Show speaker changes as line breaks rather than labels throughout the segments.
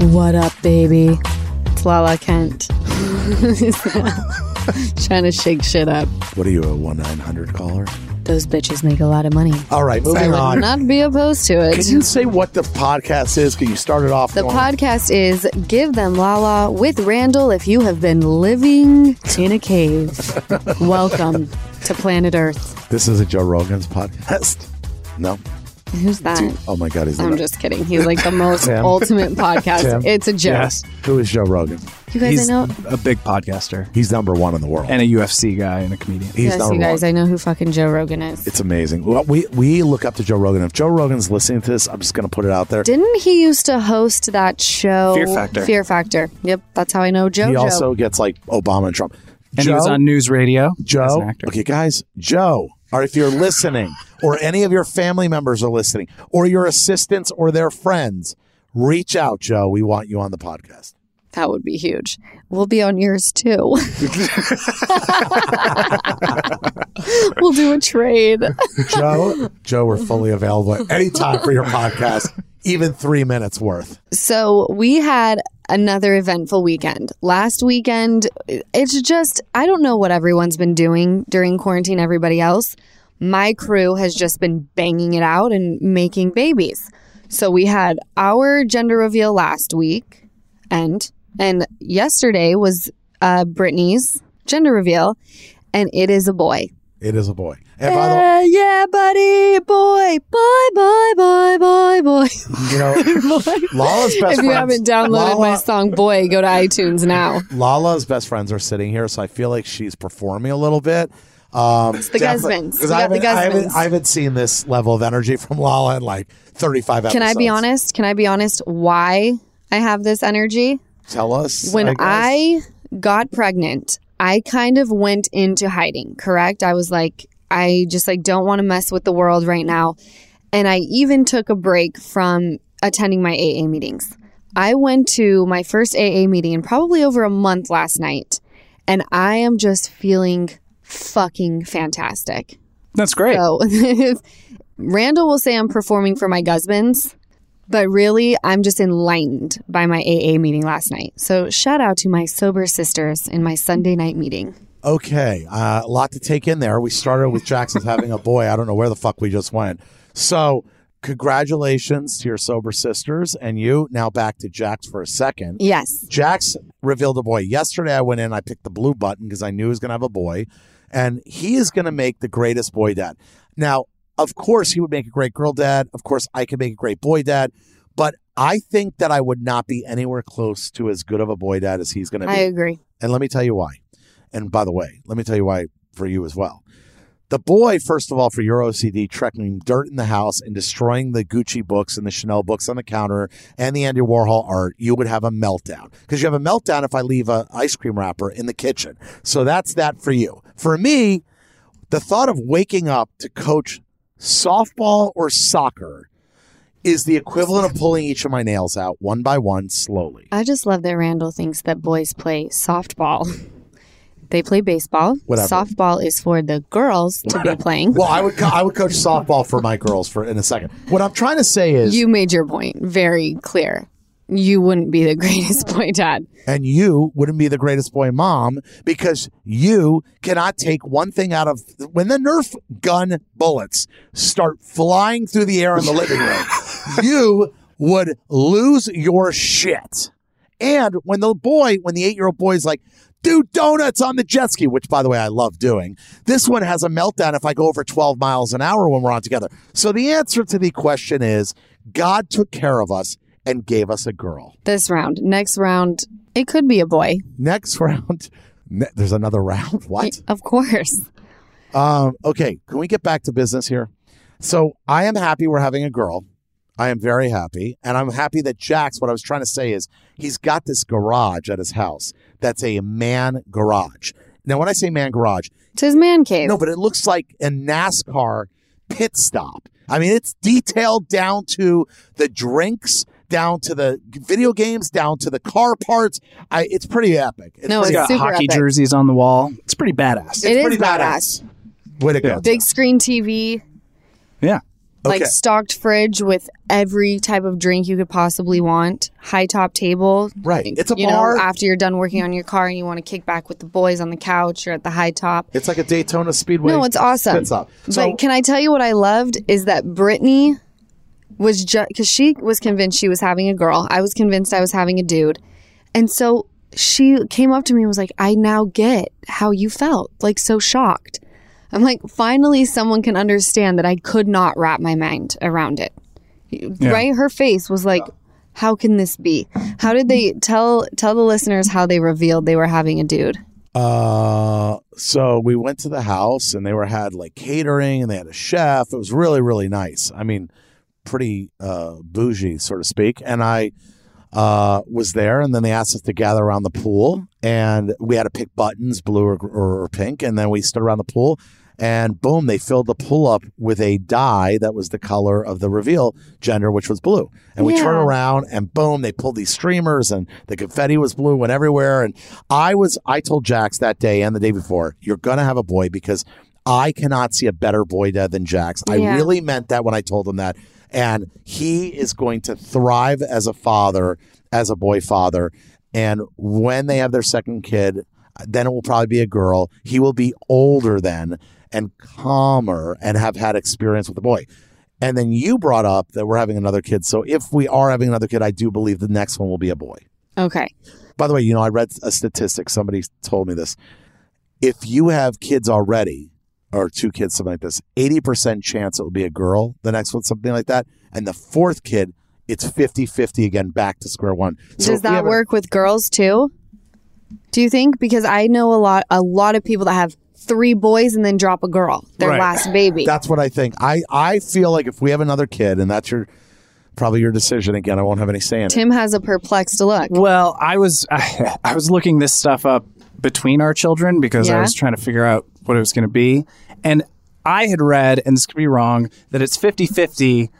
What up, baby? It's Lala Kent. Trying to shake shit up.
What are you, a 1 900 caller?
Those bitches make a lot of money.
All right, moving
I would
on.
not be opposed to it.
Can you say what the podcast is? Can you start it off?
The
going-
podcast is Give Them Lala with Randall if you have been living in a cave. Welcome to planet Earth.
This is a Joe Rogan's podcast? No.
Who's that?
Oh my God, is that?
I'm just kidding. He's like the most
Tim.
ultimate podcast.
Tim.
It's a joke.
Yes.
Who is Joe Rogan?
You guys,
He's
I know.
a big podcaster
He's number one in the world.
and a UFC guy and a comedian.
He's
Yes,
number
you guys,
one.
I know who fucking Joe Rogan is.
It's amazing. Well, we, we look up to Joe Rogan. If Joe Rogan's listening to this, I'm just going to put it out there.
Didn't he used to host that show?
Fear Factor.
Fear Factor. Yep, that's how I know JoJo.
he also gets like Obama and Trump.
And
Joe,
he was on news radio. as an
Joe.
actor.
Okay, guys, Joe. Or if you're listening, or any of your family members are listening, or your assistants or their friends, reach out, Joe. We want you on the podcast.
that would be huge. We'll be on yours too. we'll do a trade.
Joe, Joe, we're fully available at any time for your podcast, even three minutes worth.
So we had another eventful weekend. Last weekend, it's just, I don't know what everyone's been doing during quarantine, everybody else. My crew has just been banging it out and making babies. So we had our gender reveal last week, and and yesterday was uh, Brittany's gender reveal, and it is a boy.
It is a boy. And by the way,
Yeah, yeah, buddy, boy, boy, boy, boy, boy, boy.
you know, Lala's best
if you
friends-
haven't downloaded my
Lala-
song boy go to itunes now
Lala's best friends are sitting here, so I feel like she's performing a little bit. Um, it's
the Guzmans. We
I
got the
haven't, I, haven't,
Guzmans.
I haven't seen this level of energy from Lala in like 35 episodes.
can i be honest can i be honest why i have this energy
Tell us.
when
guess.
i got pregnant i kind of went into hiding correct i was like i just like don't want to mess with the world right now and i even took a break from attending my aa meetings i went to my first aa meeting in probably over a month last night and i am just feeling fucking fantastic
That's great.
So Randall will say I'm performing for my husbands, but really I'm just enlightened by my AA meeting last night. So shout out to my sober sisters in my Sunday night meeting.
Okay, uh, a lot to take in there. We started with Jackson's having a boy. I don't know where the fuck we just went. So, congratulations to your sober sisters and you. Now back to Jax for a second.
Yes.
Jax revealed a boy yesterday. I went in. I picked the blue button because I knew he was going to have a boy, and he is going to make the greatest boy dad. Now, of course, he would make a great girl dad. Of course, I could make a great boy dad, but I think that I would not be anywhere close to as good of a boy dad as he's going to be.
I agree.
And let me tell you why. And by the way, let me tell you why for you as well. The boy, first of all, for your OCD, trekking dirt in the house and destroying the Gucci books and the Chanel books on the counter and the Andy Warhol art, you would have a meltdown. Because you have a meltdown if I leave a ice cream wrapper in the kitchen. So that's that for you. For me, the thought of waking up to coach softball or soccer is the equivalent of pulling each of my nails out one by one slowly.
I just love that Randall thinks that boys play softball. They play baseball.
Whatever.
Softball is for the girls to be playing.
Well, I would co- I would coach softball for my girls for in a second. What I'm trying to say is,
You made your point very clear. You wouldn't be the greatest boy dad.
and you wouldn't be the greatest boy mom because you cannot take one thing out of when the Nerf gun bullets start flying through the air in the living room. you would lose your shit. And when the boy, when the eight year old boy is like, do donuts on the jet ski, which by the way, I love doing. This one has a meltdown if I go over 12 miles an hour when we're on together. So the answer to the question is God took care of us and gave us a girl.
This round, next round, it could be a boy.
Next round. Ne- there's another round. What?
Of course.
Um, okay. Can we get back to business here? So I am happy we're having a girl. I am very happy. And I'm happy that Jax, what I was trying to say is he's got this garage at his house that's a man garage. Now, when I say man garage,
It's his man cave.
no, but it looks like a NASCAR pit stop. I mean, it's detailed down to the drinks, down to the video games, down to the car parts. I, it's pretty epic. It's
No,
pretty
He's
it's
got
super
hockey
epic.
jerseys on the wall. It's pretty badass.
It is
pretty
badass.
Way to go.
Big screen TV.
yeah.
like
Okay.
stocked fridge with every type of drink you could possibly want, high top table.
Right. It's a
you
bar.
Know, after you're done working on your car and you want to kick back with the boys on the couch or at the high top.
It's like a Daytona Speedway.
No, it's awesome.
Spits up. So
but can I tell you what I loved is that Brittany was just because she was convinced she was having a girl. I was convinced I was having a dude, and so she came up to me and was like, "I now get how you felt, like so shocked." I'm like, finally, someone can understand that I could not wrap my mind around it. Right? Her face was like, "How can this be? How did they tell tell the listeners how they revealed they were having a dude?"
Uh, so we went to the house and they were had like catering and they had a chef. It was really really nice. I mean, pretty uh bougie, so to speak. And I uh was there and then they asked us to gather around the pool and we had to pick buttons, blue or, or, or pink, and then we stood around the pool and boom, they filled the pool up with a dye that was the color of the reveal gender, which was blue. And we
Yeah.
turned around and boom, they pulled these streamers and the confetti was blue and everywhere. And I was, I told Jax that day and the day before, you're going to have a boy because I cannot see a better boy dad than Jax. I
Yeah.
really meant that when I told him that. And he is going to thrive as a father, as a boy father. And when they have their second kid, then it will probably be a girl. He will be older then and calmer and have had experience with the boy. And then you brought up that we're having another kid. So if we are having another kid, I do believe the next one will be a boy.
Okay.
By the way, you know, I read a statistic. Somebody told me this. If you have kids already, or two kids, something like this, 80% chance it will be a girl, the next one, something like that. And the fourth kid, it's 50 50 again, back to square one. So
Does
if we
that
have a-
work with girls too? Do you think? Because I know a lot a lot of people that have three boys and then drop a girl, their
Right.
last baby.
That's what I think. I, I feel like if we have another kid, and that's your probably your decision again, I won't have any say in it.
Tim has a perplexed look.
Well, I was I, I was looking this stuff up between our children because I
Yeah.
was trying to figure out what it was going to be. And I had read, and this could be wrong, that it's 50 50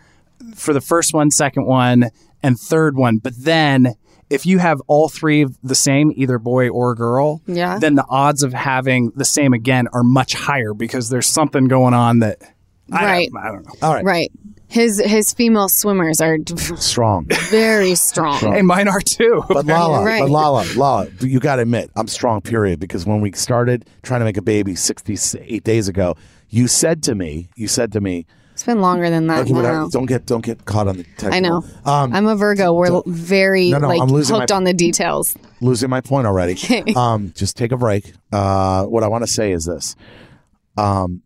for the first one, second one, and third one. But then if you have all three of the same, either boy or girl,
Yeah.
then the odds of having the same again are much higher because there's something going on that. I-
Right.
I, don't know.
All right.
Right. His his female swimmers are
Strong.
very strong.
Hey, mine are too.
But Lala,
Right.
but Lala, Lala, you got to admit, I'm strong, period. Because when we started trying to make a baby 68 days ago, you said to me, you said to me,
It's been longer than that.
okay, whatever,
now.
don't get, don't get caught on the technical.
I know.
Um,
I'm a Virgo. We're l- very
No, no,
like
I'm losing
hooked
my-
on the details.
losing my point already. um, just take a break. Uh, what I want to say is this. Um,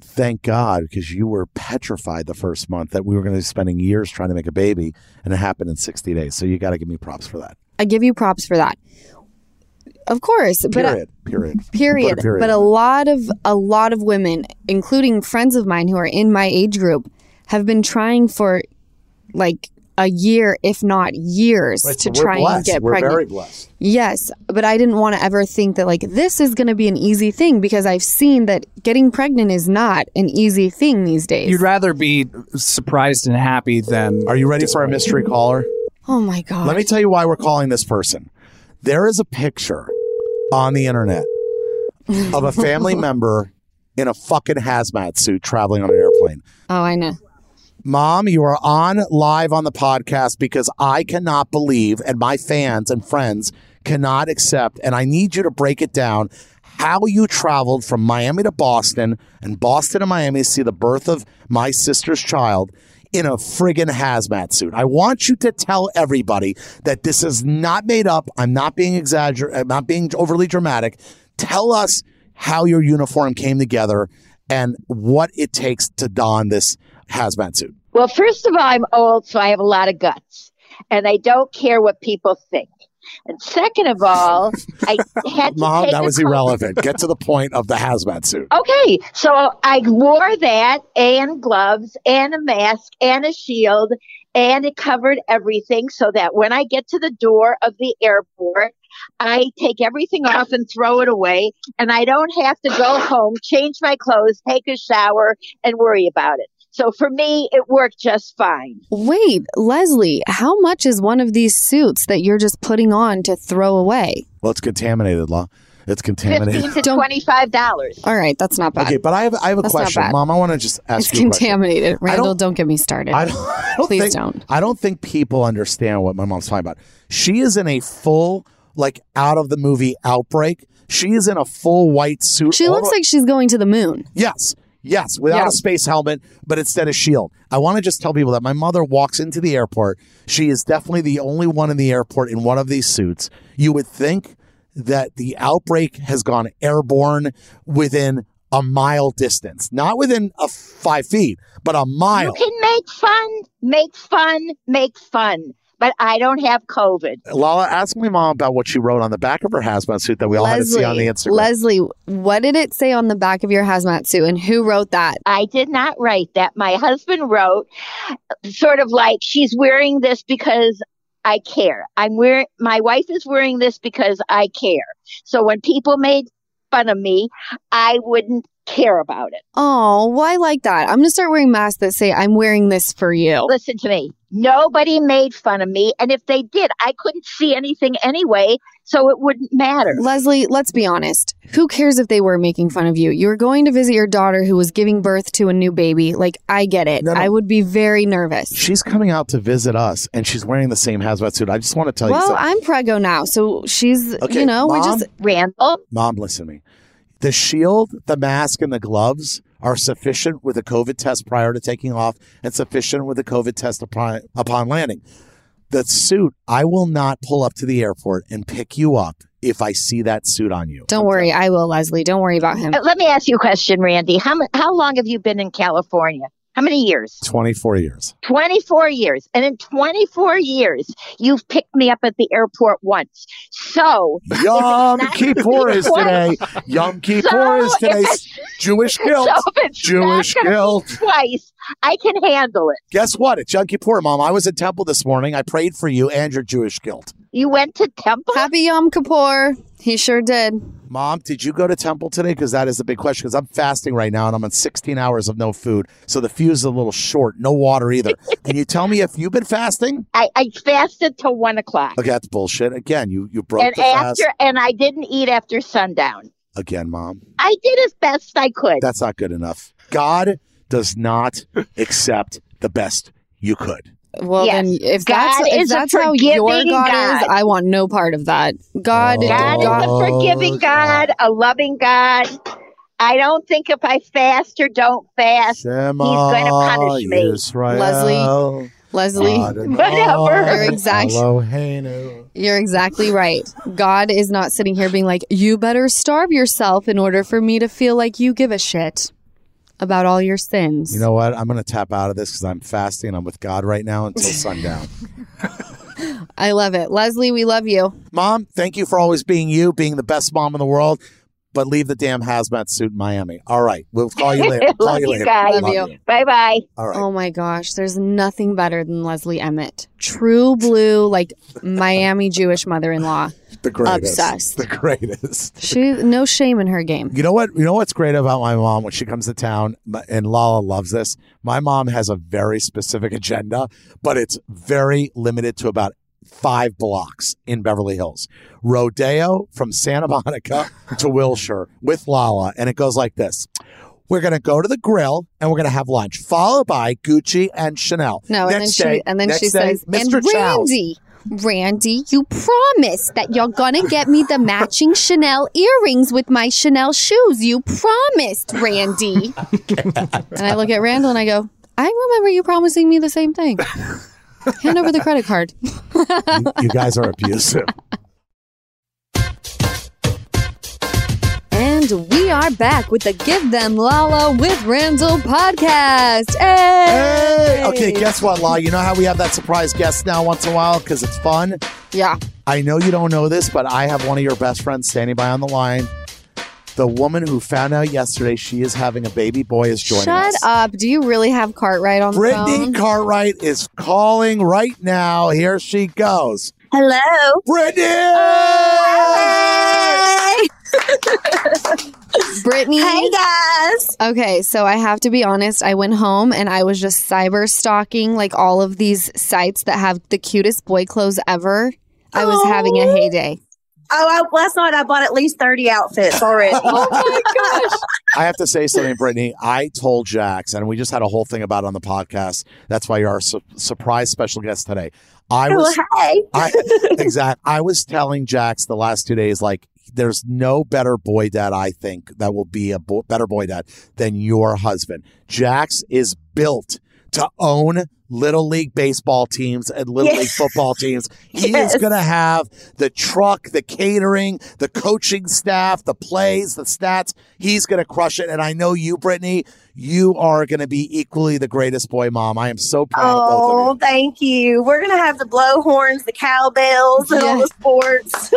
thank God, because you were petrified the first month that we were going to be spending years trying to make a baby, and it happened in 60 days. So you got to give me props for that.
I give you props for that. Of course, but I-
Period. period.
period.
Put a period.
But a lot of a lot of women, including friends of mine who are in my age group, have been trying for like a year, if not years, to
We're
try and
blessed.
get
We're
pregnant.
very blessed.
Yes, but I didn't want to ever think that like this is going to be an easy thing because I've seen that getting pregnant is not an easy thing these days.
You'd rather be surprised and happy than.
Are you ready for our mystery caller?
oh my god!
Let me tell you why we're calling this person. There is a picture on the internet of a family member in a fucking hazmat suit traveling on an airplane.
oh, I know.
Mom, you are on live on the podcast because I cannot believe, and my fans and friends cannot accept, and I need you to break it down how you traveled from Miami to Boston and Boston to Miami to see the birth of my sister's child in a friggin' hazmat suit. I want you to tell everybody that this is not made up. I'm not being exaggerate. I'm not being overly dramatic. Tell us how your uniform came together and what it takes to don this hazmat suit.
Well, first of all, I'm old, so I have a lot of guts, and I don't care what people think. And second of all, I had to
Mom,
take
that
a
was
call-
irrelevant. Get to the point of the hazmat suit.
Okay, so I wore that and gloves and a mask and a shield, and it covered everything so that when I get to the door of the airport, I take everything off and throw it away, and I don't have to go home, change my clothes, take a shower, and worry about it. So for me, it worked just fine.
Wait, Leslie, how much is one of these suits that you're just putting on to throw away?
Well, it's contaminated, Law. It's contaminated.
Fifteen to
Don't-
twenty-five dollars.
All right, that's not bad.
Okay, but I have I have a
That's not
question,
bad.
Mom. I want to just ask
it's
you a question.
contaminated.
I don't-
Randall, don't, get me started.
I don't, I don't
Please
think,
don't.
I don't think people understand what my mom's talking about. She is in a full, like, out of the movie outbreak. She is in a full white suit.
She
all
looks
the-
like she's going to the moon.
yes, yes, without
Yeah.
a space helmet, but instead a shield. I want to just tell people that my mother walks into the airport. She is definitely the only one in the airport in one of these suits. You would think that the outbreak has gone airborne within a mile distance, not within a five feet, but a mile.
You can make fun, make fun, make fun. But I don't have COVID.
Lala, ask my mom about what she wrote on the back of her hazmat suit that we all
Leslie,
had to see on the Instagram.
Leslie, what did it say on the back of your hazmat suit and who wrote that?
I did not write that. My husband wrote, sort of like, she's wearing this because I care. I'm wearing, my wife is wearing this because I care. So when people made fun of me, I wouldn't care about it.
Oh, well, I like that. I'm going to start wearing masks that say, I'm wearing this for you.
Listen to me. Nobody made fun of me. And if they did, I couldn't see anything anyway. So it wouldn't matter.
Leslie, let's be honest. Who cares if they were making fun of you? You were going to visit your daughter who was giving birth to a new baby. Like, I get it.
No, no.
I would be very nervous.
she's coming out to visit us, and she's wearing the same hazmat suit. I just want to tell you
Well,
something.
I'm preggo now, so she's,
Okay,
you know, we
Mom?
just.
Randall,
Mom, listen to me. The shield, the mask, and the gloves are sufficient with a COVID test prior to taking off and sufficient with a COVID test upon, upon landing. The suit, I will not pull up to the airport and pick you up if I see that suit on you.
Don't
Okay.
worry, I will, Leslie. Don't worry about him.
uh, let me ask you a question, Randy. How, mu- how long have you been in California? How many years?
24 years.
24 years. And in 24 years, you've picked me up at the airport once. So,
Yom Kippur is today. Yom Kippur
so,
is
if,
today's Jewish guilt.
so if it's
Jewish
not gonna
guilt.
be twice, I can handle it.
Guess what? It's Yom Kippur, Mom. I was at temple this morning. I prayed for you and your Jewish guilt.
You went to temple?
Happy Yom Kippur. He sure did.
Mom, did you go to temple today? Because that is the big question. Because I'm fasting right now and I'm on 16 hours of no food. So the fuse is a little short. No water either. Can you tell me if you've been fasting?
I, I fasted till one o'clock.
Okay, that's bullshit. Again, you, you broke
and
the fast.
after, and I didn't eat after sundown.
Again, Mom.
I did as best I could.
That's not good enough. God does not accept the best you could.
Well,
Yes.
then, if
God
that's if
is a
that's how your God,
forgiving
is,
God.
I want no part of that. God,
Oh.
God is a
Oh,
forgiving God, a loving God. I don't think if I fast or don't fast, gonna punish me.
Israel,
Leslie, Leslie,
Adonai,
Whatever.
You're exact-
Eloheinu.
you're exactly right. God is not sitting here being like, "You better starve yourself in order for me to feel like you give a shit about all your sins."
You know what? I'm going to tap out of this because I'm fasting. I'm with God right now until sundown.
I love it, Leslie. We love you.
Mom, thank you for always being you, being the best mom in the world. But leave the damn hazmat suit in Miami. All right, we'll call you later. call
Love
you
you
later.
guys.
Love you.
bye bye.
All right.
Oh my gosh, there's nothing better than Leslie Emmett, true blue, like Miami Jewish mother-in-law.
the greatest.
obsessed.
The greatest.
She no shame in her game.
You know what? You know what's great about my mom when she comes to town, m- and Lala loves this. My mom has a very specific agenda, but it's very limited to about five blocks in Beverly Hills. Rodeo from Santa Monica to Wilshire with Lala, and it goes like this. We're going to go to the grill and we're going to have lunch, followed by Gucci and Chanel.
No, and
Next
then
day-
she and then
next
she
day,
says,
Mr.
"And
Chow's."
Randy, Randy, you promised that you're gonna get me the matching Chanel earrings with my Chanel shoes. You promised, Randy." and I look at Randall and I go, "I remember you promising me the same thing." Hand over the credit card.
you, you guys are abusive.
And we are back with the Give Them Lala with Randall podcast. Hey!
Hey! Okay, guess what, Lala? You know how we have that surprise guest now once in a while because it's fun?
Yeah.
I know you don't know this, but I have one of your best friends standing by on the line. The woman who found out yesterday she is having a baby boy is joining
Shut
us.
up. Do you really have Cartwright on the
Brittany
phone?
Cartwright is calling right now. Here she goes.
Hello.
Brittany!
Oh, Brittany.
Hey guys.
Okay, so I have to be honest. I went home and I was just cyber stalking like all of these sites that have the cutest boy clothes ever. I was having a heyday.
Oh, I, last night I bought at least 30 outfits already.
Oh my gosh.
I have to say something, Brittany. I told Jax, and we just had a whole thing about it on the podcast. That's why you're our su- surprise special guest today. I was
Well, hey.
I exact. I was telling Jax the last two days, like, there's no better boy dad I think that will be a bo- better boy dad than your husband. Jax is built to own little league baseball teams and little
Yes.
league football teams. He
Yes.
is going to have the truck, the catering, the coaching staff, the plays, the stats. He's going to crush it. And I know you, Brittany, you are going to be equally the greatest boy mom. I am so proud of both of you.
Oh, thank you. We're going to have the blow horns, the cowbells, and all the
Yes.
sports.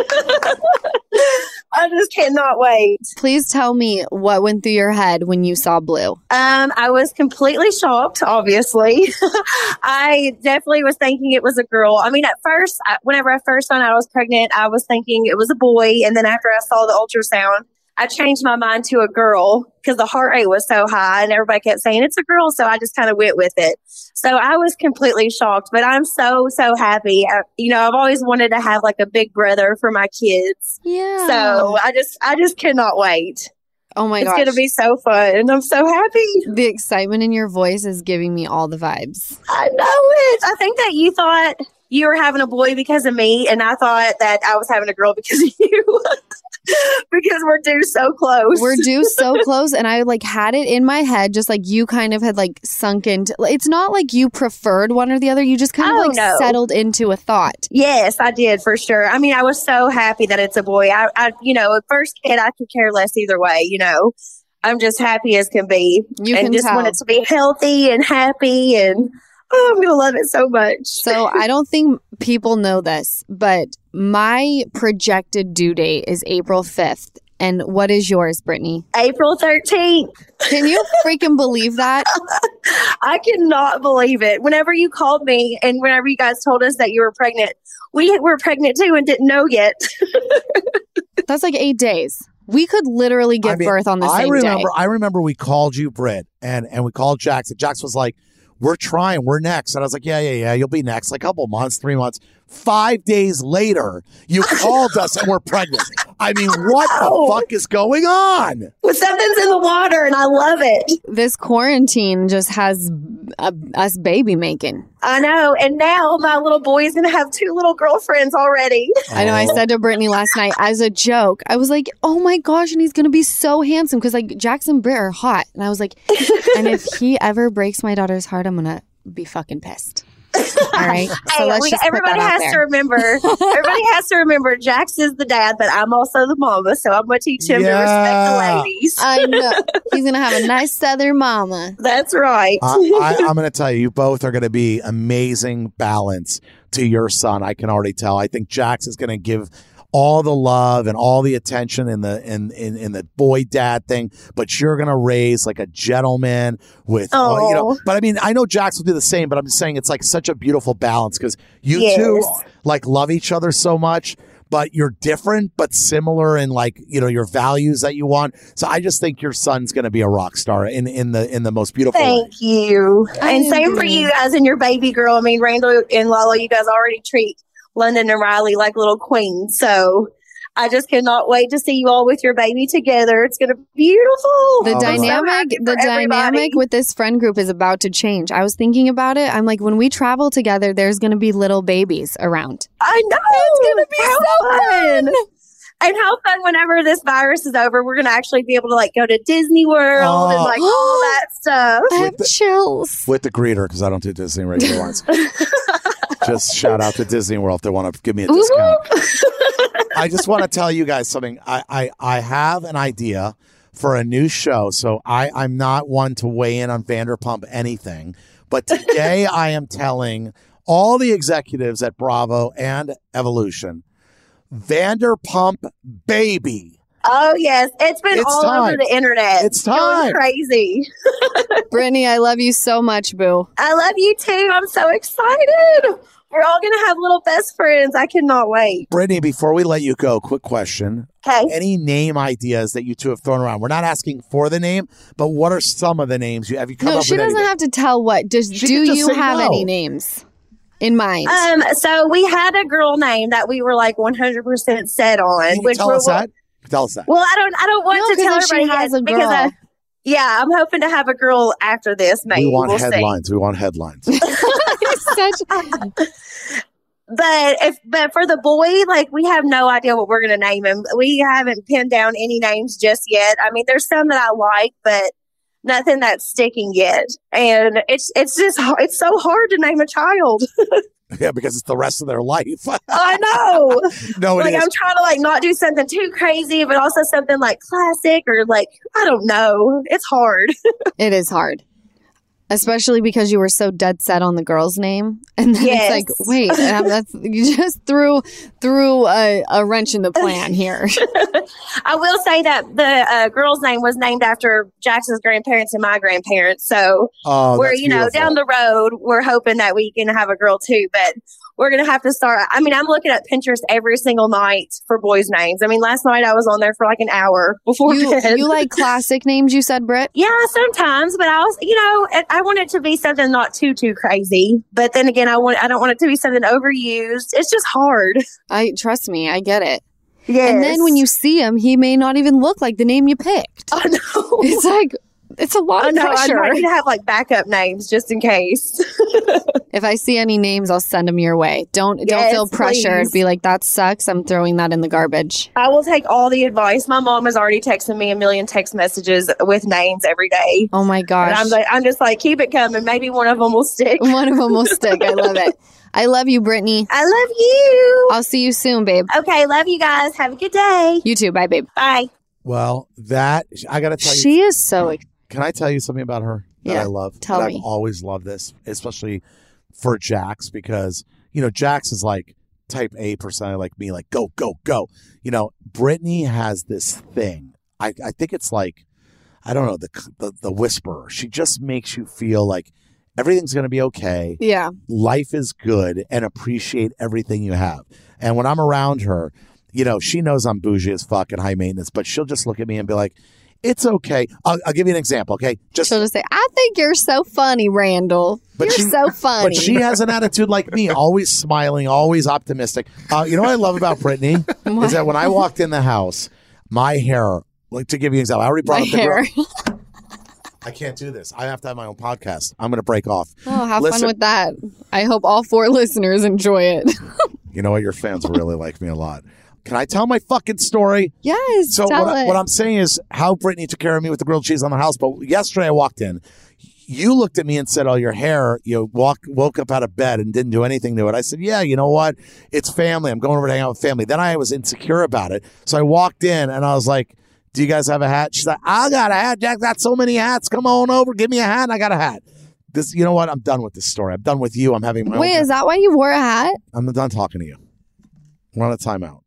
I just cannot wait.
Please tell me what went through your head when you saw blue.
Um, I was completely shocked, obviously. I definitely was thinking it was a girl. I mean, at first, I, whenever I first found out I was pregnant, I was thinking it was a boy. And then after I saw the ultrasound, I changed my mind to a girl because the heart rate was so high and everybody kept saying it's a girl. So I just kind of went with it. So I was completely shocked, but I'm so, so happy. I, you know, I've always wanted to have like a big brother for my kids.
Yeah.
So I just, I just cannot wait.
oh my
it's
gosh.
going to be so fun. I'm so happy.
the excitement in your voice is giving me all the vibes.
I know it. I think that you thought you were having a boy because of me, and I thought that I was having a girl because of you. because we're due so close.
We're due so close and I like had it in my head just like you kind of had like sunk into it's not like you preferred one or the other. You just kind
Oh,
of like
no.
settled into a thought.
yes, I did for sure. I mean, I was so happy that it's a boy. I, I you know, at first kid, I could care less either way. You know, I'm just happy as can be,
You
and
can
just
tell.
want it to be healthy and happy, and oh, I'm gonna love it so much.
So I don't think people know this, but my projected due date is April 5th. And what is yours, Brittany?
April 13th.
Can you freaking believe that?
I cannot believe it. Whenever you called me and whenever you guys told us that you were pregnant, we were pregnant too and didn't know yet.
That's like eight days. We could literally give
I mean,
birth on the
I
same
remember.
day.
I remember we called you, Britt, and and we called Jax, and Jax was like, "We're trying. We're next." And I was like, "Yeah, yeah, yeah. You'll be next. Like a couple months, three months." Five days later, you called us, and we're pregnant. I mean, what the
Oh.
fuck is going on?
Well, something's in the water and I love it.
This quarantine just has uh us baby making.
I know. And now my little boy is going to have two little girlfriends already.
I know. I
Oh.
said to Brittany last night as a joke, I was like, "Oh my gosh!" And he's gonna be so handsome because like Jackson Britt are hot, and I was like, "And if he ever breaks my daughter's heart, I'm gonna be fucking pissed." All right. So
Hey,
let's
we-
just put
everybody
that out
has
there.
to remember. everybody has to remember. Jax is the dad, but I'm also the mama, so I'm going to teach him to respect
Yeah.
the ladies.
I know. He's going to have a nice Southern mama.
That's right.
I, I, I'm going to tell you, you both are going to be amazing balance to your son. I can already tell. I think Jax is going to give all the love and all the attention in the in in, in the boy dad thing, but you're going to raise like a gentleman with uh, you know.
Aw.
But I mean, I know Jax will do the same, but I'm just saying it's like such a beautiful balance because you
Yes.
two like love each other so much. But you're different, but similar in like you know your values that you want. So I just think your son's going to be a rock star in in the in the most beautiful. way.
Thank you.
I
and same for
agree.
you guys and your baby girl. I mean, Randall and Lala, you guys already treat London and Riley like little queens. So I just cannot wait to see you all with your baby together. It's going to be beautiful.
The
Oh,
I'm so
dynamic,
happy
the
for everybody.
dynamic with this friend group is about to change. I was thinking about it. I'm like, when we travel together, there's going to be little babies around.
I know. It's going to be so fun. And how fun whenever this virus is over, we're going to actually be able to like go to Disney World and
Oh.
like all that stuff.
I
With
have
the-
chills.
with the greeter because I don't do Disney regular ones. just shout out to Disney World if they want to give me a
Whoop,
discount. I just want to tell you guys something. I, I I have an idea for a new show, so I I'm not one to weigh in on Vanderpump anything, but today I am telling all the executives at Bravo and Evolution, Vanderpump Baby.
Oh, yes. It's been
It's
all over
time.
the internet.
It's
It was
time.
crazy.
Brittany, I love you so much, boo.
I love you too. I'm so excited. We're all going to have little best friends. I cannot wait.
Brittany, before we let you go, quick question.
Okay.
any name ideas that you two have thrown around. We're not asking for the name, but what are some of the names you have? You come
no,
up
she
with
doesn't
anything?
have to tell what. Just
She
do
can just
you
say
have
no.
any names? in mind?
Um, so we had a girl name that we were like 100% set on,
Can you
which
tell
we
us
were-
that? Tell us that.
Well, I don't, I don't want
No,
to
'cause
tell
if she
everybody yet
has a
because I,
girl.
yeah, I'm hoping to have a girl after this. Maybe
we want
will
headlines. We want headlines.
Such-
But if but for the boy, like we have no idea what we're gonna name him. We haven't pinned down any names just yet. I mean, there's some that I like, but nothing that's sticking yet. And it's it's just har- it's so hard to name a child.
yeah, because it's the rest of their life.
I know.
no, Oh, it
like
is.
I'm trying to like not do something too crazy, but also something like classic or like I don't know. It's hard.
It is hard. Especially because you were so dead set on the girl's name, and then
Yes.
it's like, wait, and I'm- that's you just threw threw a, a wrench in the plan here.
I will say that the uh, girl's name was named after Jackson's grandparents and my grandparents. So
oh,
where
that's
you know
beautiful.
down the road we're hoping that we can have a girl too but we're gonna have to start i mean i'm looking at pinterest every single night for boys names i mean last night i was on there for like an hour before
You,
bed
you like classic names? You said, Britt.
yeah sometimes but i was you know I- i want it to be something not too too crazy but then again i want i don't want it to be something overused it's just hard
I trust me, I get it.
yeah
And then when you see him, he may not even look like the name you picked.
i know
It's like it's a lot
I
of
know. I
pressure.
might need to have like backup names just in case.
If I see any names, I'll send them your way. Don't don't
Yes,
feel pressured.
please.
Be like, that sucks. I'm throwing that in the garbage.
I will take all the advice. My mom has already texted me a million text messages with names every day.
Oh my gosh.
And I'm like, I'm just like, keep it coming. Maybe one of them will stick.
One of them will stick. I love it. I love you, Brittany.
I love you.
I'll see you soon, babe.
Okay, love you guys. Have a good day.
You too. Bye, babe.
Bye.
well, that I gotta tell you.
She is so. ex-
Can I tell you something about her that
Yeah,
I love?
tell
that
me.
I've always loved this, especially for Jax, because you know Jax is like type A persona, like me, like go, go, go. You know, Brittany has this thing. I, I think it's like I don't know the, the the whisperer. She just makes you feel like everything's gonna be okay
Yeah.
life is good and appreciate everything you have. And when I'm around her, you know, she knows I'm bougie as fuck and high maintenance, but she'll just look at me and be like, it's okay. I'll, I'll give you an example, okay? Just,
She'll just say, "I think you're so funny, Randall.
But
you're
she-
so funny."
but she has an attitude like me, always smiling, always optimistic. Uh, you know what I love about Brittany is that when I walked in the house, my hair, like to give you an example, I already
my
brought up the
hair.
girl. I can't do this. I have to have my own podcast. I'm going to break off.
Oh, have
Listen-
fun with that. I hope all four listeners enjoy it.
You know what? Your fans really like me a lot. Can I tell my fucking story?
yes.
So
tell
what, I,
it.
what I'm saying is how Brittany took care of me with the grilled cheese on the house. But yesterday I walked in, you looked at me and said, "Oh, your hair." You know, walk woke up out of bed and didn't do anything to it. I said, "Yeah, you know what? It's family. I'm going over to hang out with family." Then I was insecure about it, so I walked in and I was like. Do you guys have a hat? She's like, I got a hat, Jack. Got so many hats. Come on over. Give me a hat. And I got a hat. This, you know what? I'm done with this story. I'm done with you. I'm having my. own
Wait, is that why you wore a hat?
I'm done talking to you. We're on a timeout.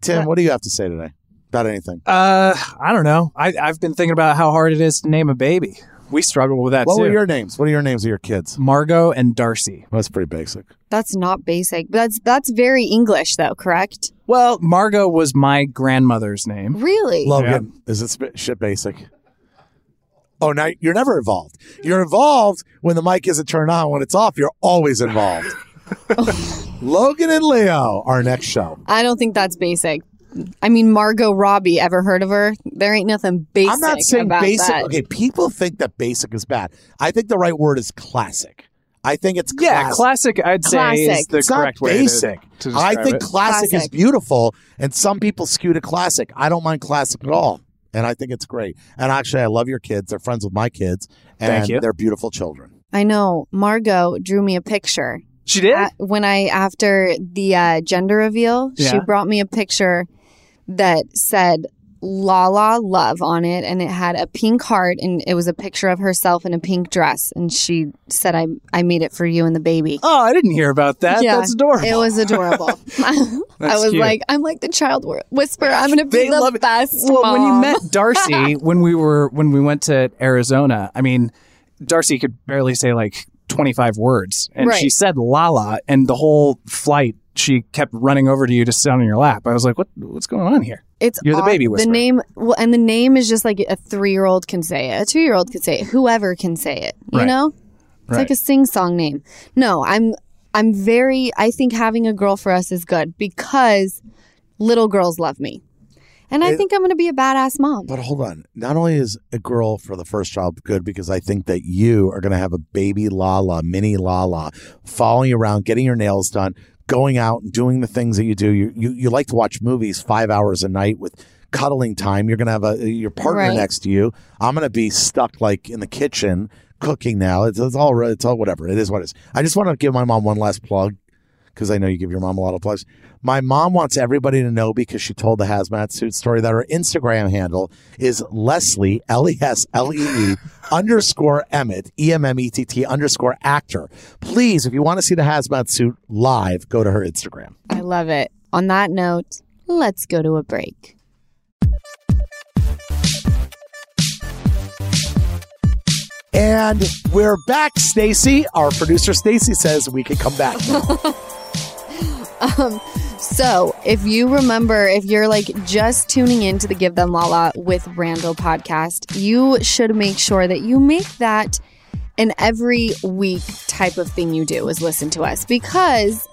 Tim, what do you have to say today about anything?
Uh, I don't know. I, I've been thinking about how hard it is to name a baby. We struggle with that
What
too.
were your names? What are your names of your kids?
Margot and Darcy.
Well, that's pretty basic.
That's not basic. That's that's very English though, correct?
Well, Margot was my grandmother's name.
Really?
Logan, is it sp- shit basic? Oh, now you're never involved. You're involved when the mic isn't turned on. When it's off, you're always involved. Logan and Leo, our next show.
I don't think that's basic. I mean, Margot Robbie. Ever heard of her? There ain't nothing basic.
I'm not saying
about
basic.
That.
Okay, people think that basic is bad. I think the right word is classic. I think it's
Yeah,
classic.
classic. I'd say is
Classic.
the
it's
correct
not
way to-
basic.
to, describe
I think
it.
classic, is
Classic.
beautiful, and some people skew to classic. I don't mind classic at all, and I think it's great. And actually, I love your kids. They're friends with my kids, and
Thank you.
they're beautiful children.
I know. Margot drew me a picture
she did.
At- when I after the uh, gender reveal. She
Yeah.
brought me a picture that said "La La Love" on it, and it had a pink heart, and it was a picture of herself in a pink dress. And she said, "I I made it for you and the baby."
oh, I didn't hear about that.
Yeah.
That's adorable.
It was adorable. I was
cute.
like, I'm like the child whi- whisperer. I'm gonna be
They
the
love it.
best.
Well, when you
mom.
met Darcy, when we were when we went to Arizona, I mean, Darcy could barely say like twenty five words, and
Right.
she said "Lala," and the whole flight she kept running over to you to sit on your lap. I was like, "What? What's going on here?"
It's
You're the
aw-
baby
The
whisperer.
name, well, and the name is just like a three-year-old can say it, a two-year-old can say it, whoever can say it. You
Right.
know, it's
Right.
like a sing-song name. No, I'm. I'm very, I think having a girl for us is good because little girls love me. And I
It-
think I'm going to be a badass mom.
But hold on. Not only is a girl for the first child good because I think that you are going to have a baby Lala, mini Lala, following you around, getting your nails done, going out and doing the things that you do. You you, you like to watch movies five hours a night with cuddling time. You're going to have a your partner
Right.
next to you. I'm going to be stuck like in the kitchen cooking now. It's, it's all it's all whatever. It is what it is. I just want to give my mom one last plug because I know you give your mom a lot of plugs. My mom wants everybody to know because she told the hazmat suit story that her Instagram handle is Leslie L E S L E E underscore Emmett E M M E T T underscore actor. Please, if you want to see the hazmat suit live, go to her Instagram.
I love it. On that note, let's go to a break.
And we're back, Stacy. Our producer Stacy says we can come back.
So, if you remember, if you're like just tuning in to the Give Them Lala with Randall podcast, you should make sure that you make that an every week type of thing you do is listen to us because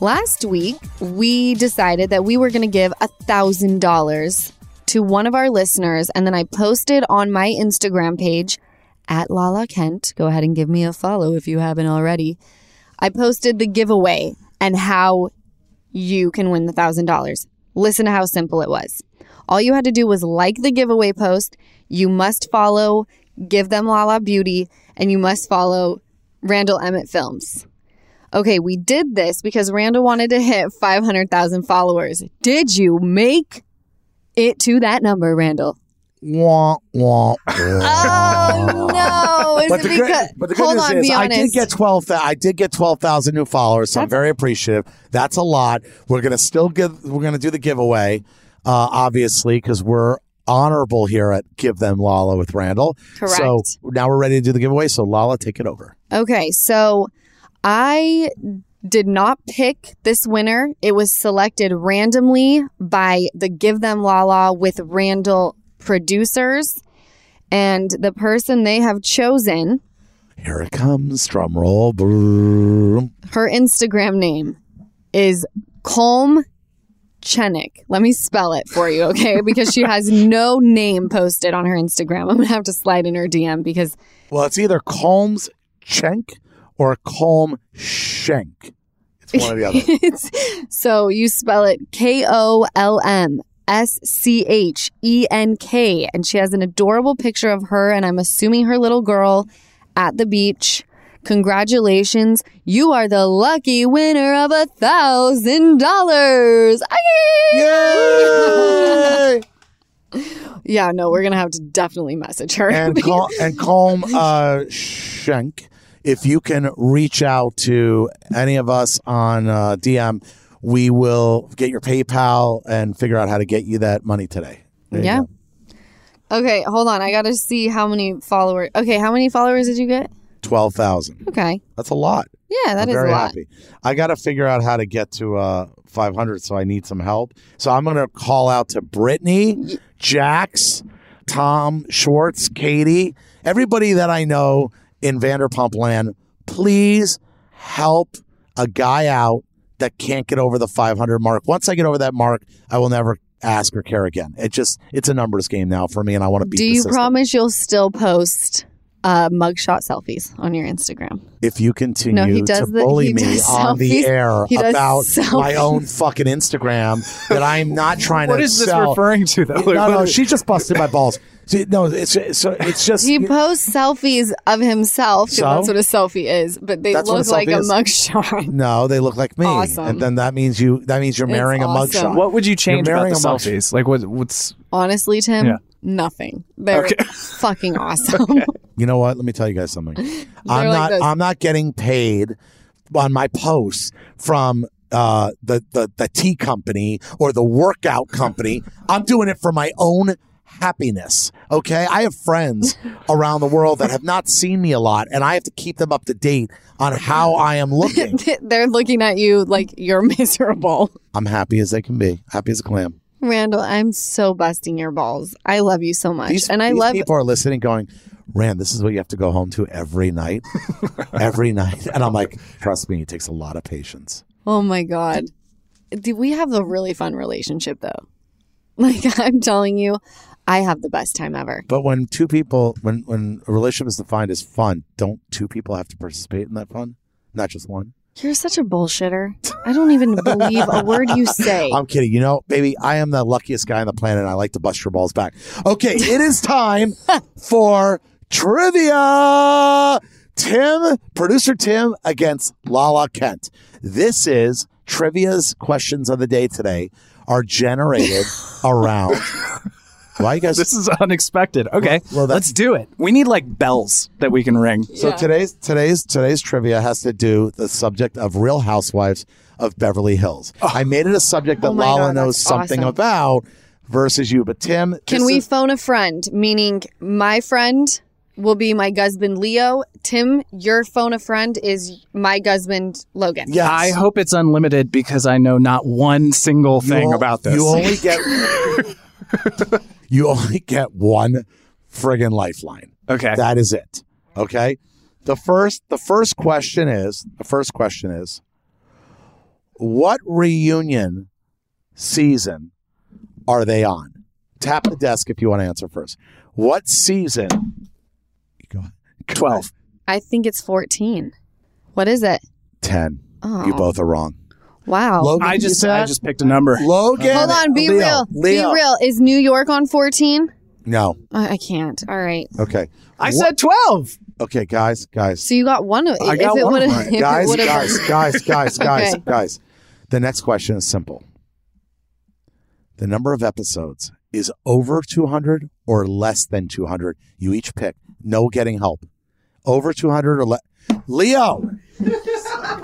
last week we decided that we were going to give a thousand dollars to one of our listeners, and then I posted on my Instagram page at Lala Kent. Go ahead and give me a follow if you haven't already. I posted the giveaway and how you can win the thousand dollars. Listen to how simple it was. All you had to do was like the giveaway post. You must follow Give Them La La Beauty and you must follow Randall Emmett Films. Okay, we did this because Randall wanted to hit 500,000 followers. Did you make it to that number, Randall?
wah, wah, wah.
Oh no! Is
But the,
it
good,
because,
but the good
hold
news
on,
is,
be
I
honest.
did get twelve. thou- I did get twelve thousand new followers, so I'm very appreciative. That's a lot. We're gonna still give. We're gonna do the giveaway, uh, obviously, because we're honorable here at Give Them Lala with Randall. So
Correct.
now we're ready to do the giveaway. So Lala, take it over.
Okay, so I did not pick this winner. It was selected randomly by the Give Them La La with Randall producers. And the person they have chosen,
Here it comes. Drum roll. Brrrr.
her Instagram name is Colm Chenik. Let me spell it for you, okay? Because she has no name posted on her Instagram. I'm going to have to slide in her DM because
Well, it's either Colm's Chenk or Colm Shenk. It's one or the other.
It's- so you spell it K O L M S C H E N K. And she has an adorable picture of her and I'm assuming her little girl at the beach. Congratulations. You are the lucky winner of a thousand dollars.
Yay!
Yeah, no, we're gonna have to definitely message her.
and call and calm uh shank if you can reach out to any of us on uh, dm we will get your paypal and figure out how to get you that money today There you
yeah.
go.
Okay, hold on. I gotta see how many followers. Okay, how many followers did you get?
12000
Okay.
that's a lot
Yeah, that
I'm
is
very
a lot.
happy i gotta figure out how to get to uh 500 so i need some help so i'm gonna call out to brittany jax tom schwartz katie everybody that i know in vanderpump land please help a guy out that can't get over the 500 mark. Once I get over that mark, I will never ask or care again. It just it's a numbers game now for me, and I want to beat.
Do
the
you
system.
promise you'll still post uh, mugshot selfies on your Instagram?
If you continue
No, he
to
does the-
bully
he
me
does
on the
selfies.
air
He does
about my
selfies.
own fucking Instagram that I'm not trying
What
to
is this
sell.
referring to, though?
no, no, she just busted my balls. See, no, it's so it's just
He posts selfies of himself. 'cause
So?
That's what a selfie is, but they
That's what
look
a
like a
selfie is.
mugshot.
no, they look like me,
Awesome.
and then that means you that means you're
It's
marrying
awesome.
a mugshot.
what would you change about
marrying
the
a monster.
selfies? Like, what, what's
Honestly, Tim,
Yeah.
nothing. They're fucking awesome.
You know what? Let me tell you guys something.
like
I'm not.
this.
I'm not getting paid on my posts from uh, the the the tea company or the workout company. I'm doing it for my own happiness. Okay, I have friends around the world that have not seen me a lot, and I have to keep them up to date on how I am looking.
They're looking at you like you're miserable.
I'm happy as they can be, happy as a clam.
Randall, I'm so busting your balls. I love you so much,
These,
and I
these
love
people are listening, going, Rand, this is what you have to go home to every night. every night. And I'm like, trust me, it takes a lot of patience.
Oh my God. Do we have a really fun relationship though? Like I'm telling you, I have the best time ever.
But when two people, when when a relationship is defined as fun, don't two people have to participate in that fun? Not just one.
You're such a bullshitter. I don't even believe a word you say.
I'm kidding. You know, baby, I am the luckiest guy on the planet. I like to bust your balls back. Okay, it is time for trivia. Tim, producer Tim against Lala Kent. This is trivia's questions of the day today are generated around. Why you guys?
This is unexpected. Okay,
Well, well, that's-
let's do it. We need like bells that we can ring.
So today's today's today's trivia has to do the subject of Real Housewives of Beverly Hills. I made it a subject that
Oh my
Lala
God,
knows
that's
something
awesome.
about versus you. But Tim,
Can
this
we
is-
phone a friend? Meaning, my friend will be my husband Leo. Tim, your phone a friend is my husband Logan.
yes,
I hope it's unlimited because I know not one single
You
thing
o-
about this.
You only get you only get one friggin' lifeline.
okay.
That is it. Okay. The first the first question is the first question is what reunion season are they on? Tap the desk if you want to answer first. What season? Go on.
12.
I think it's 14. What is it?
10.
Oh,
You both are wrong.
wow.
Logan,
I
you
just
said?
I just picked a number.
Logan.
Hold on, be
Leo,
real.
Leo.
Be real. Is New York on 14?
No.
I I can't. All right.
Okay.
I
Wha-
said 12.
Okay, guys, guys.
So you got one of
I
if
got
it
one of
would've-
mine.
if it
guys,
would've-
guys, guys, guys, guys,
Okay.
guys. The next question is simple. The number of episodes is over 200 or less than 200. You each pick. No getting help. Over 200 or less. Leo,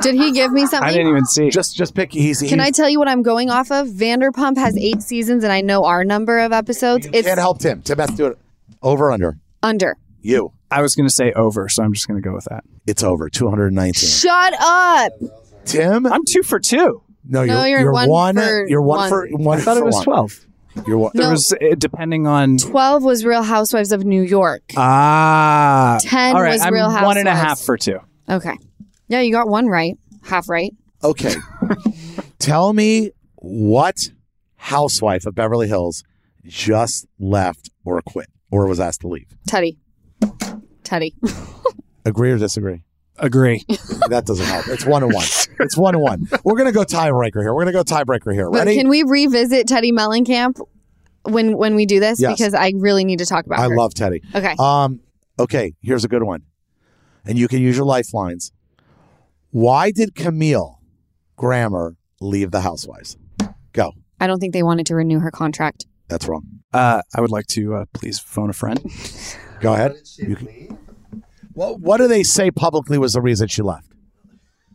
Did he give me
I
something?
didn't even see.
just just pick easy.
Can I tell you what I'm going off of? Vanderpump has eight seasons, and I know our number of episodes. It's
Can't help Tim. Tim has to do it. Over under.
under.
You.
I was going to say over, so I'm just going to go with that.
It's over. 219.
Shut up.
Tim?
I'm 2 for 2.
No, you're,
No, you're
you're
one for
you're one,
one.
for one
I thought
for
it was
one.
12.
You're one.
There
No.
was uh, depending on
12 was Real Housewives of New York.
ah.
10
Uh, All right,
was
I'm
Real Housewives.
one and a half for 2.
Okay. Yeah, you got one right. Half right.
Okay. Tell me what housewife of Beverly Hills just left or quit or was asked to leave.
Teddy. Teddy.
Agree or disagree?
Agree.
That doesn't help. It's one to one. It's one to one. We're gonna go tiebreaker here. We're gonna go tiebreaker here.
But
Ready?
can we revisit Teddy Mellencamp when when we do this?
Yes.
Because I really need to talk about
I
her.
love Teddy.
Okay.
Um, okay, here's a good one. And you can use your lifelines. Why did Camille Grammer leave the housewives? Go.
I don't think they wanted to renew her contract.
That's wrong.
Uh, I would like to uh, please phone a friend.
Go ahead. You can- What, what do they say publicly was the reason she left?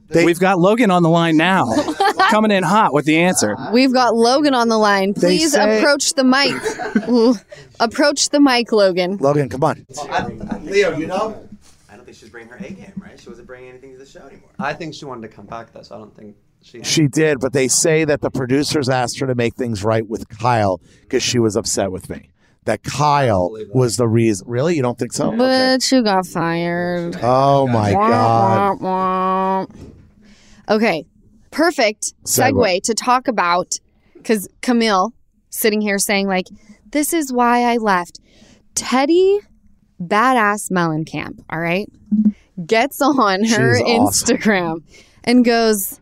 They-
We've got Logan on the line now, coming in hot with the answer.
We've got Logan on the line. Please
say-
approach the mic. Ooh, approach the mic, Logan.
Logan, come on.
Leo, you know? I don't think she's bringing her A game, right? She wasn't bringing anything to the show anymore. I think she wanted to come back, though, so I don't think she.
She did, but they say that the producers asked her to make things right with Kyle because she was upset with me. That Kyle was the reason. Really? You don't think so?
But you got fired.
Oh my God.
Womp, womp. Okay, perfect segue,
Segue.
to talk about because Camille sitting here saying like, "This is why I left." Teddy, badass Mellencamp, all right, gets on her
She's awesome.
Instagram and goes.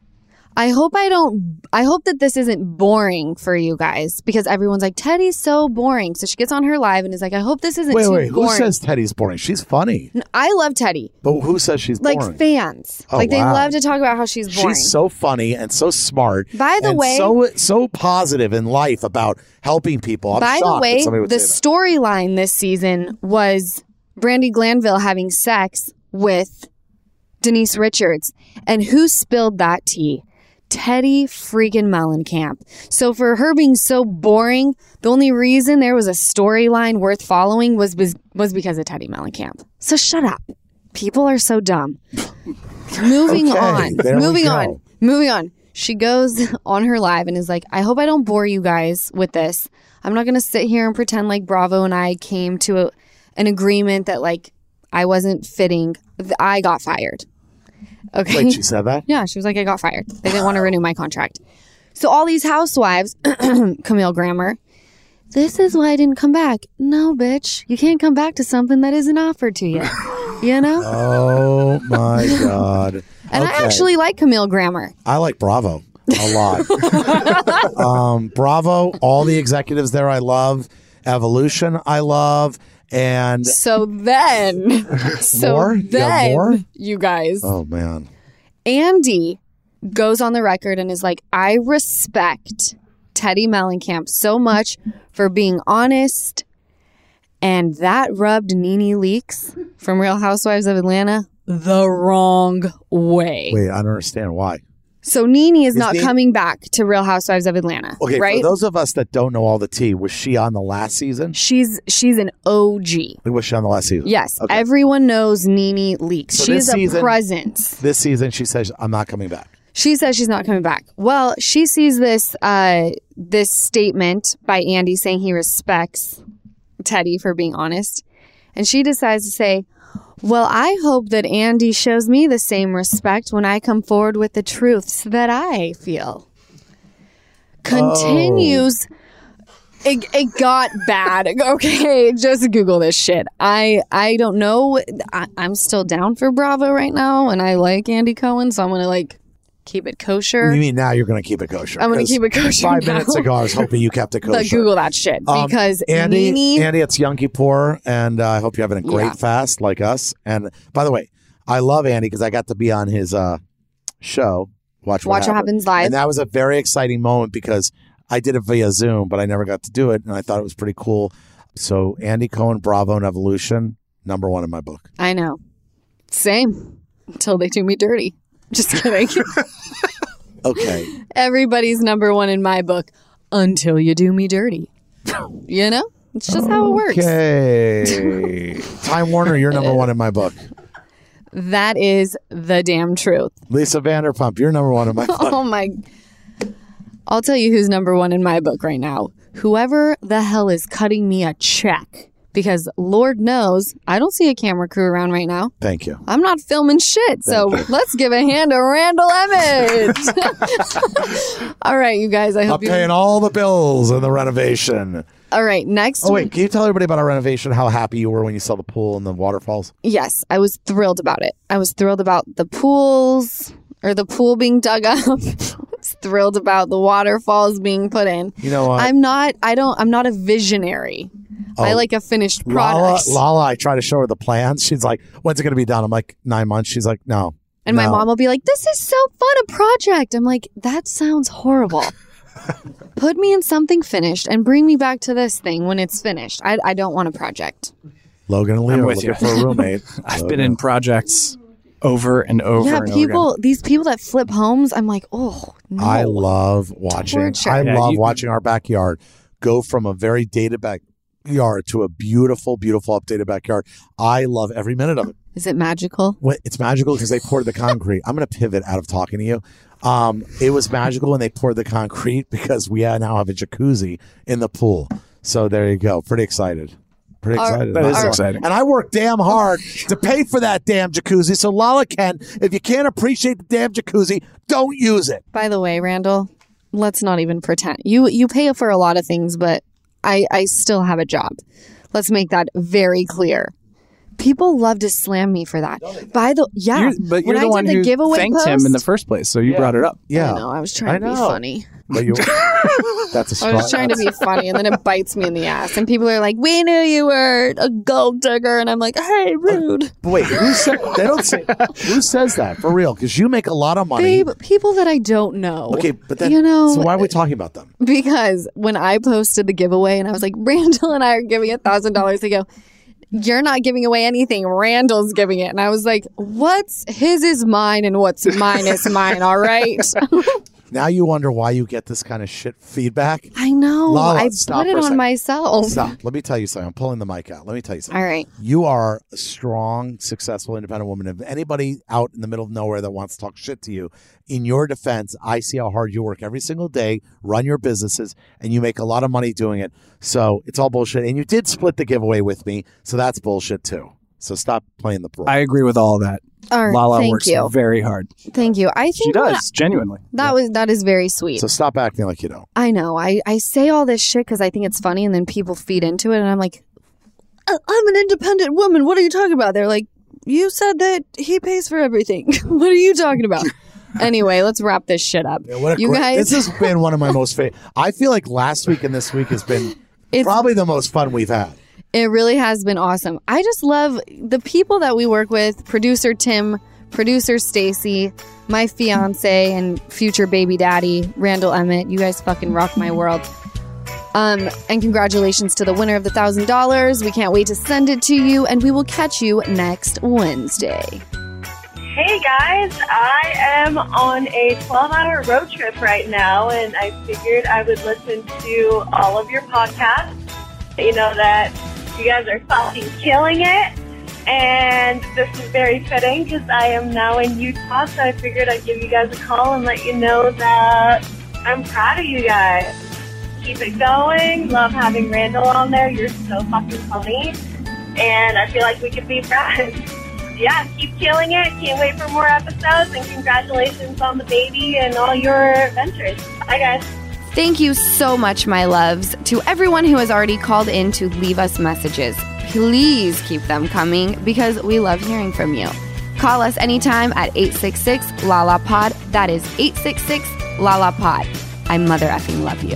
I hope I don't. I hope that this isn't boring for you guys because everyone's like Teddy's so boring. So she gets on her live and is like, "I hope this isn't
Wait,
too
wait. Who
boring."
says Teddy's boring? She's funny.
I love Teddy
But who says she's
like
boring?
fans.
Oh,
like they
wow.
love to talk about how she's boring.
She's so funny and so smart.
By the
and
way-
so so positive in life about helping people. I'm
By the
shocked that
way,
somebody would
the
say that.
storyline this season was Brandy Glanville having sex with Denise Richards. And who spilled that tea? Teddy freaking Mellencamp. So for her being so boring, the only reason there was a storyline worth following was, was was because of Teddy Mellencamp. So shut up. People are so dumb. Moving
Okay,
on.
there we
Moving
go.
on. Moving on. She goes on her live and is like, I hope I don't bore you guys with this. I'm not going to sit here and pretend like Bravo and I came to a, an agreement that like I wasn't fitting. Th- I got fired. Okay.
Wait, she said that?
Yeah, she was like, I got fired. They didn't want to renew my contract. So all these housewives, Camille Grammer, this is why I didn't come back. No, bitch, you can't come back to something that isn't offered to you. You know?
Oh my god.
And I
Okay.
actually like Camille Grammer.
I like Bravo a lot. um, Bravo, all the executives there I love. Evolution I love. And
So then, so
More? You got
then,
more?
you guys,
oh man.
Andy goes on the record and is like, I respect Teddy Mellencamp so much for being honest. And that rubbed Nene Leaks from Real Housewives of Atlanta the wrong way.
Wait, I don't understand why.
So Nene is, not
Nene-
coming back to Real Housewives of Atlanta.
Okay,
right?
for those of us that don't know all the tea, was she on the last season?
she's she's an OG.
Was she on the last season?
Yes,
Okay.
everyone knows Nene Leaks.
So
she's
this
a
season-
presence.
This season she says I'm not coming back.
She says she's not coming back. Well, she sees this uh, this statement by Andy saying he respects Teddy for being honest, and she decides to say, "Well, I hope that Andy shows me the same respect when I come forward with the truths that I feel." Continues.
Oh.
It, it got bad. Okay, just Google this shit. I I don't know. I, I'm still down for Bravo right now, and I like Andy Cohen, so I'm gonna like keep it kosher.
You mean now you're going to keep it kosher?
I'm gonna
'Cause
keep it kosher
Five
now.
minutes ago, I was hoping you kept it kosher.
But Google that shit
Um,
because
Andy,
Nene,
Andy, it's Yom Kippur, and uh, I hope you're having a great
Yeah.
fast like us. And by the way, I love Andy because I got to be on his uh, show. Watch,
watch what happens live.
And that was a very exciting moment because I did it via Zoom, but I never got to do it, and I thought it was pretty cool. So Andy Cohen, Bravo, and Evolution, number one in my book.
I know. Same until they do me dirty. Just kidding.
Okay,
Everybody's number one in my book until you do me dirty. You know, it's just how it works.
okay. Time Warner, you're number one in my book.
That is the damn truth.
Lisa Vanderpump, you're number one in my book.
Oh my. I'll tell you who's number one in my book right now. Whoever the hell is cutting me a check. Because Lord knows, I don't see a camera crew around right now.
Thank you.
I'm not filming shit. So let's give a hand to Randall Emmett. all right, you guys. I
I'm
hope you.
paying all the bills and the renovation.
All right, next
Oh wait,
week.
can you tell everybody about our renovation? How happy you were when you saw the pool and the waterfalls?
Yes, I was thrilled about it. I was thrilled about the pools or the pool being dug up. I was thrilled about the waterfalls being put in.
You know, uh,
I'm not. I don't. I'm not a visionary. I like a finished
Oh. Lala,
product.
Lala, I try to show her the plans. She's like, "When's it going to be done?" I'm like, nine months." She's like, "No."
and my
no.
mom will be like, "This is so fun a project." I'm like, "That sounds horrible." Put me in something finished and bring me back to this thing when it's finished. I, I don't want a project.
Logan and Leo
I'm
are
with
looking
you.
for a roommate.
I've been in projects over and over.
yeah,
and over again.
people. These people that flip homes. I'm like, oh no.
I love watching.
Torture.
I
Yeah,
love
you-
watching our backyard go from a very dated backyard to a beautiful, beautiful updated backyard. I love every minute of it.
is it magical?
What it's magical because they poured the concrete. I'm going to pivot out of talking to you. Um, it was magical when they poured the concrete because we now have a jacuzzi in the pool. So there you go. Pretty excited. Pretty
Our-
excited.
That is
Awesome.
exciting.
And I work damn hard to pay for that damn jacuzzi. So Lala Ken, if you can't appreciate the damn jacuzzi, don't use it.
By the way, Randall, let's not even pretend. You you pay for a lot of things, but I I still have a job. Let's make that very clear. People love to slam me for that. By the yeah,
You're- but
when
you're
I
the
did
one
the
who
giveaway
thanked
post,
him in the first place, so you brought it up.
I
Yeah.
know. I was trying
I
to be
know.
funny.
But you, that's a
I
strong.
was trying to be funny, and then it bites me in the ass. And people are like, "We knew you were a gold digger," and I'm like, "Hey, rude,
Wait, who said they don't say who says that for real? Because you make a lot of money.
babe." People that I don't know.
Okay, but then
you know,
so why are we talking about them?
because when I posted the giveaway and I was like, Randall and I are giving a thousand dollars, they go, You're not giving away anything. Randall's giving it. And I was like, What's his is mine and what's mine is mine. All right.
Now you wonder why you get this kind of shit feedback.
I know.
Lala,
I
stop
put it
for a
on
second.
myself.
Stop. Let me tell you something. I'm pulling the mic out. Let me tell you something.
Oh. All right.
You are a strong, successful, independent woman. If anybody out in the middle of nowhere that wants to talk shit to you, in your defense, I see how hard you work every single day, run your businesses, and you make a lot of money doing it. So it's all bullshit. And you did split the giveaway with me, so that's bullshit too. So stop playing the role.
I agree with all that.
All right,
Lala
thank
works
you.
very hard.
Thank you. I
She
think what I-
does, genuinely.
that was that is very sweet.
so stop acting like you don't.
I know. I, I say all this shit because I think it's funny, and then people feed into it, and I'm like, "I- I'm an independent woman. What are you talking about? They're like, you said that he pays for everything. what are you talking about? anyway, let's wrap this shit up. you guys,
this has been one of my most favorite. I feel like last week and this week has been
It's-
probably the most fun we've had.
it really has been awesome. I just love the people that we work with: producer Tim, producer Stacy, my fiance and future baby daddy Randall Emmett. You guys fucking rock my world. Um, and congratulations to the winner of the thousand dollars. We can't wait to send it to you, and we will catch you next Wednesday.
Hey guys, I am on a 12 hour road trip right now, and I figured I would listen to all of your podcasts. You know that you guys are fucking killing it, and this is very fitting because I am now in Utah, so I figured I'd give you guys a call and let you know that I'm proud of you guys. Keep it going. Love having Randall on there. You're so fucking funny, and I feel like we could be friends yeah, keep killing it. Can't wait for more episodes. And congratulations on the baby and all your adventures. Bye, guys.
Thank you so much, my loves, to everyone who has already called in to leave us messages. Please keep them coming because we love hearing from you. Call us anytime at 866 Lala Pod. That is 866 Lala Pod. I mother effing love you.